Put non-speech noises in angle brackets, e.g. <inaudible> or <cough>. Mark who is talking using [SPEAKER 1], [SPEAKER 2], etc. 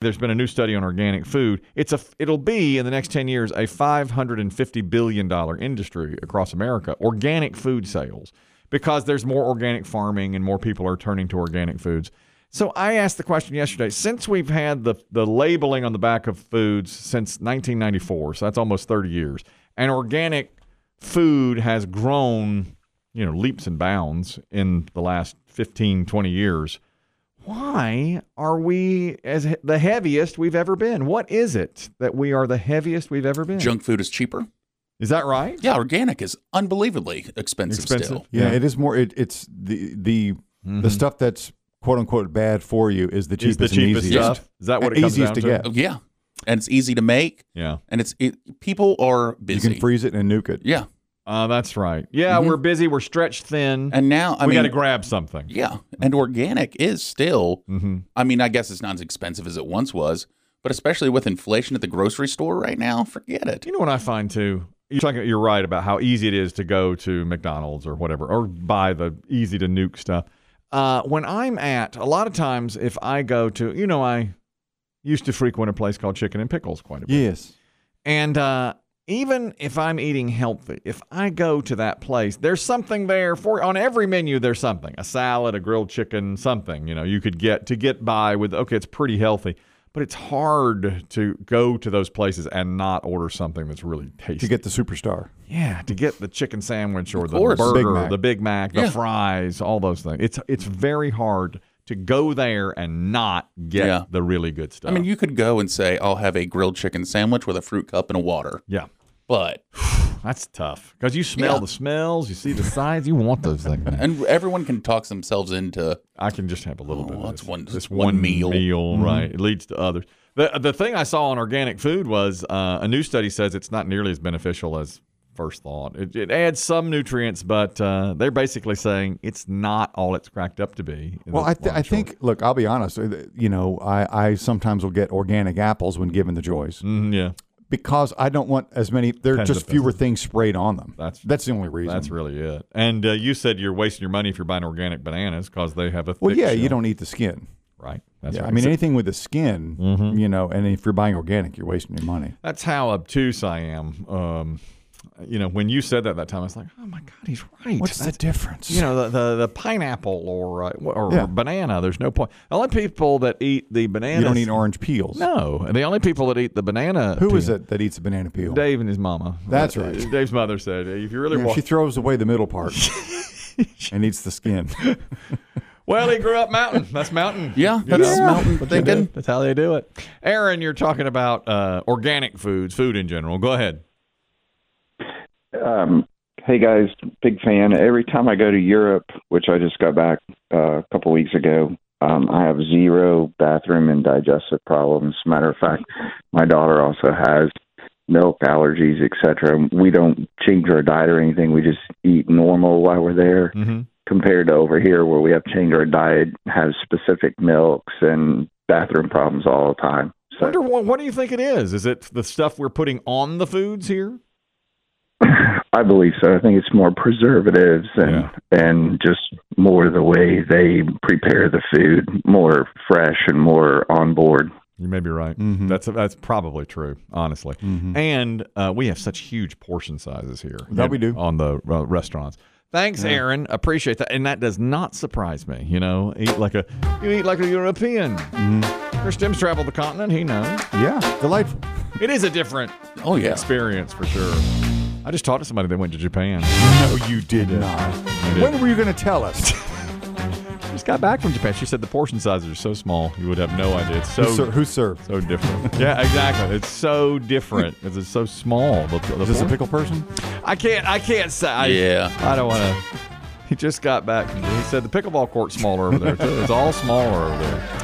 [SPEAKER 1] There's been a new study on organic food. It's a it'll be in the next 10 years a 550 billion dollar industry across America, organic food sales, because there's more organic farming and more people are turning to organic foods. So I asked the question yesterday, since we've had the the labeling on the back of foods since 1994, so that's almost 30 years, and organic food has grown, you know, leaps and bounds in the last 15, 20 years why are we as he- the heaviest we've ever been? What is it that we are the heaviest we've ever been?
[SPEAKER 2] Junk food is cheaper.
[SPEAKER 1] Is that right?
[SPEAKER 2] Yeah, organic is unbelievably expensive,
[SPEAKER 1] Expensive.
[SPEAKER 2] still.
[SPEAKER 3] Yeah,
[SPEAKER 1] Yeah. Mm-hmm.
[SPEAKER 3] it is more. It, it's the the the stuff that's quote unquote bad for you is the
[SPEAKER 1] Is
[SPEAKER 3] cheapest,
[SPEAKER 1] the cheapest
[SPEAKER 3] and easiest.
[SPEAKER 1] stuff? Is that what it
[SPEAKER 3] And
[SPEAKER 1] comes
[SPEAKER 3] easiest
[SPEAKER 1] down
[SPEAKER 3] to
[SPEAKER 2] Oh,
[SPEAKER 3] get?
[SPEAKER 2] Yeah. And it's easy to make.
[SPEAKER 1] Yeah,
[SPEAKER 2] And it's it, people are
[SPEAKER 3] You
[SPEAKER 2] busy.
[SPEAKER 3] can freeze it and nuke it.
[SPEAKER 2] yeah.
[SPEAKER 1] uh, that's right. Yeah, we're busy. We're stretched thin.
[SPEAKER 2] And now, I
[SPEAKER 1] we got
[SPEAKER 2] mean,
[SPEAKER 1] to grab something.
[SPEAKER 2] yeah. And organic is still,
[SPEAKER 1] Mm-hmm.
[SPEAKER 2] I mean, I guess it's not as expensive as it once was, but especially with inflation at the grocery store right now, forget it.
[SPEAKER 1] You know what I find too? You're talking. You're right about how easy it is to go to McDonald's or whatever, or buy the easy to nuke stuff. Uh, when I'm at, a lot of times, if I go to, you know, I used to frequent a place called Chicken and Pickles quite a bit.
[SPEAKER 3] Yes.
[SPEAKER 1] And uh, even if I'm eating healthy, if I go to that place, there's something there for on every menu. There's something a salad, a grilled chicken, something you know you could get to get by with. Okay, it's pretty healthy, but it's hard to go to those places and not order something that's really tasty.
[SPEAKER 3] To get the superstar.
[SPEAKER 1] yeah, to get the chicken sandwich or the
[SPEAKER 2] course.
[SPEAKER 1] burger,
[SPEAKER 3] Big Mac.
[SPEAKER 1] the Big Mac, the
[SPEAKER 2] Yeah.
[SPEAKER 1] fries, all those things. It's it's very hard to go there and not get
[SPEAKER 2] Yeah.
[SPEAKER 1] the really good stuff.
[SPEAKER 2] I mean, you could go and say, I'll have a grilled chicken sandwich with a fruit cup and a water.
[SPEAKER 1] yeah.
[SPEAKER 2] But,
[SPEAKER 1] That's tough because you smell
[SPEAKER 2] Yeah.
[SPEAKER 1] the smells, you see the sides, you want those things.
[SPEAKER 2] <laughs> and everyone can talk themselves into,
[SPEAKER 1] I can just have a little
[SPEAKER 2] Oh,
[SPEAKER 1] bit. Of
[SPEAKER 2] that's
[SPEAKER 1] this.
[SPEAKER 2] one-
[SPEAKER 1] this
[SPEAKER 2] one meal.
[SPEAKER 1] right? It leads to others. The the thing I saw on organic food was uh, a new study says it's not nearly as beneficial as first thought. It, it adds some nutrients, but uh, they're basically saying it's not all it's cracked up to be. in
[SPEAKER 3] Well,
[SPEAKER 1] the
[SPEAKER 3] I, th-
[SPEAKER 1] long
[SPEAKER 3] I
[SPEAKER 1] and short.
[SPEAKER 3] think. Look, I'll be honest. uh, th- You know, I, I sometimes will get organic apples when given the choice
[SPEAKER 1] Mhm, yeah,
[SPEAKER 3] because I don't want as many. There are
[SPEAKER 1] Depends
[SPEAKER 3] just
[SPEAKER 1] if
[SPEAKER 3] fewer things sprayed on them.
[SPEAKER 1] That's-
[SPEAKER 3] that's the only reason.
[SPEAKER 1] that's really it. And uh, you said you're wasting your money if you're buying organic bananas because they have a thick
[SPEAKER 3] well, yeah. You
[SPEAKER 1] shell.
[SPEAKER 3] don't eat the skin.
[SPEAKER 1] right. That's
[SPEAKER 3] Yeah,
[SPEAKER 1] right. Mm-hmm.
[SPEAKER 3] I mean, anything with the skin, you know, and if you're buying organic, you're wasting your money.
[SPEAKER 1] That's how obtuse I am. Um, you know, when you said that that time, I was like, oh my God, he's right.
[SPEAKER 3] What's the
[SPEAKER 1] That's-
[SPEAKER 3] difference?
[SPEAKER 1] You know, the, the, the pineapple or uh, or
[SPEAKER 3] Yeah.
[SPEAKER 1] banana, there's no point. The only people that eat the banana.
[SPEAKER 3] you don't eat orange peels.
[SPEAKER 1] No. The only people that eat the banana.
[SPEAKER 3] Who
[SPEAKER 1] peel-
[SPEAKER 3] is it that eats a banana peel?
[SPEAKER 1] Dave and his mama.
[SPEAKER 3] That's
[SPEAKER 1] Uh,
[SPEAKER 3] right.
[SPEAKER 1] Dave's mother said, if you really
[SPEAKER 3] Yeah,
[SPEAKER 1] want.
[SPEAKER 3] she throws away the middle <laughs> part and eats the skin. <laughs>
[SPEAKER 1] well, he grew up mountain. That's mountain.
[SPEAKER 2] yeah,
[SPEAKER 1] You
[SPEAKER 2] that's
[SPEAKER 1] know?
[SPEAKER 2] mountain
[SPEAKER 1] That's what they do.
[SPEAKER 2] thinking.
[SPEAKER 1] That's how they do it. Aaron, you're talking about uh, organic foods, food in general. Go ahead.
[SPEAKER 4] Um, hey guys, big fan. Every time I go to Europe, which I just got back uh, a couple weeks ago, um, I have zero bathroom and digestive problems. Matter of fact, my daughter also has milk allergies, etc. We don't change our diet or anything. We just eat normal while we're there.
[SPEAKER 1] Mm-hmm.
[SPEAKER 4] Compared to over here, where we have changed our diet, have specific milks and bathroom problems all the time. So
[SPEAKER 1] Wonder what, what do you think it is? Is it the stuff we're putting on the foods here?
[SPEAKER 4] <coughs> I believe so. I think it's more preservatives and
[SPEAKER 1] Yeah.
[SPEAKER 4] and just more the way they prepare the food, more fresh and more on board.
[SPEAKER 1] You may be right.
[SPEAKER 3] Mhm.
[SPEAKER 1] That's that's probably true, honestly. And uh, we have such huge portion sizes here.
[SPEAKER 3] Mm-hmm. That we do.
[SPEAKER 1] on the uh, restaurants. Thanks, Aaron. Appreciate that. And that does not surprise me. You know, eat like a you eat like a European.
[SPEAKER 3] Mm-hmm.
[SPEAKER 1] Chris Tim's traveled the continent. He knows.
[SPEAKER 3] yeah, delightful.
[SPEAKER 1] It is a different
[SPEAKER 2] Oh, yeah.
[SPEAKER 1] experience for sure. I just talked to somebody that went to Japan.
[SPEAKER 3] No, you did not.
[SPEAKER 1] did.
[SPEAKER 3] When were you going to tell us?
[SPEAKER 1] Just got back from Japan. She said the portion sizes are so small, you would have no idea. It's so
[SPEAKER 3] who, ser- who served?
[SPEAKER 1] So different. <laughs> yeah, exactly. It's so different because it's so small. The, the
[SPEAKER 3] Is this a
[SPEAKER 1] portion-
[SPEAKER 3] pickle person?
[SPEAKER 1] I can't. I can't say. I,
[SPEAKER 2] Yeah.
[SPEAKER 1] I don't want to. He just got back. He said the pickleball court's smaller over there too. It's all smaller over there.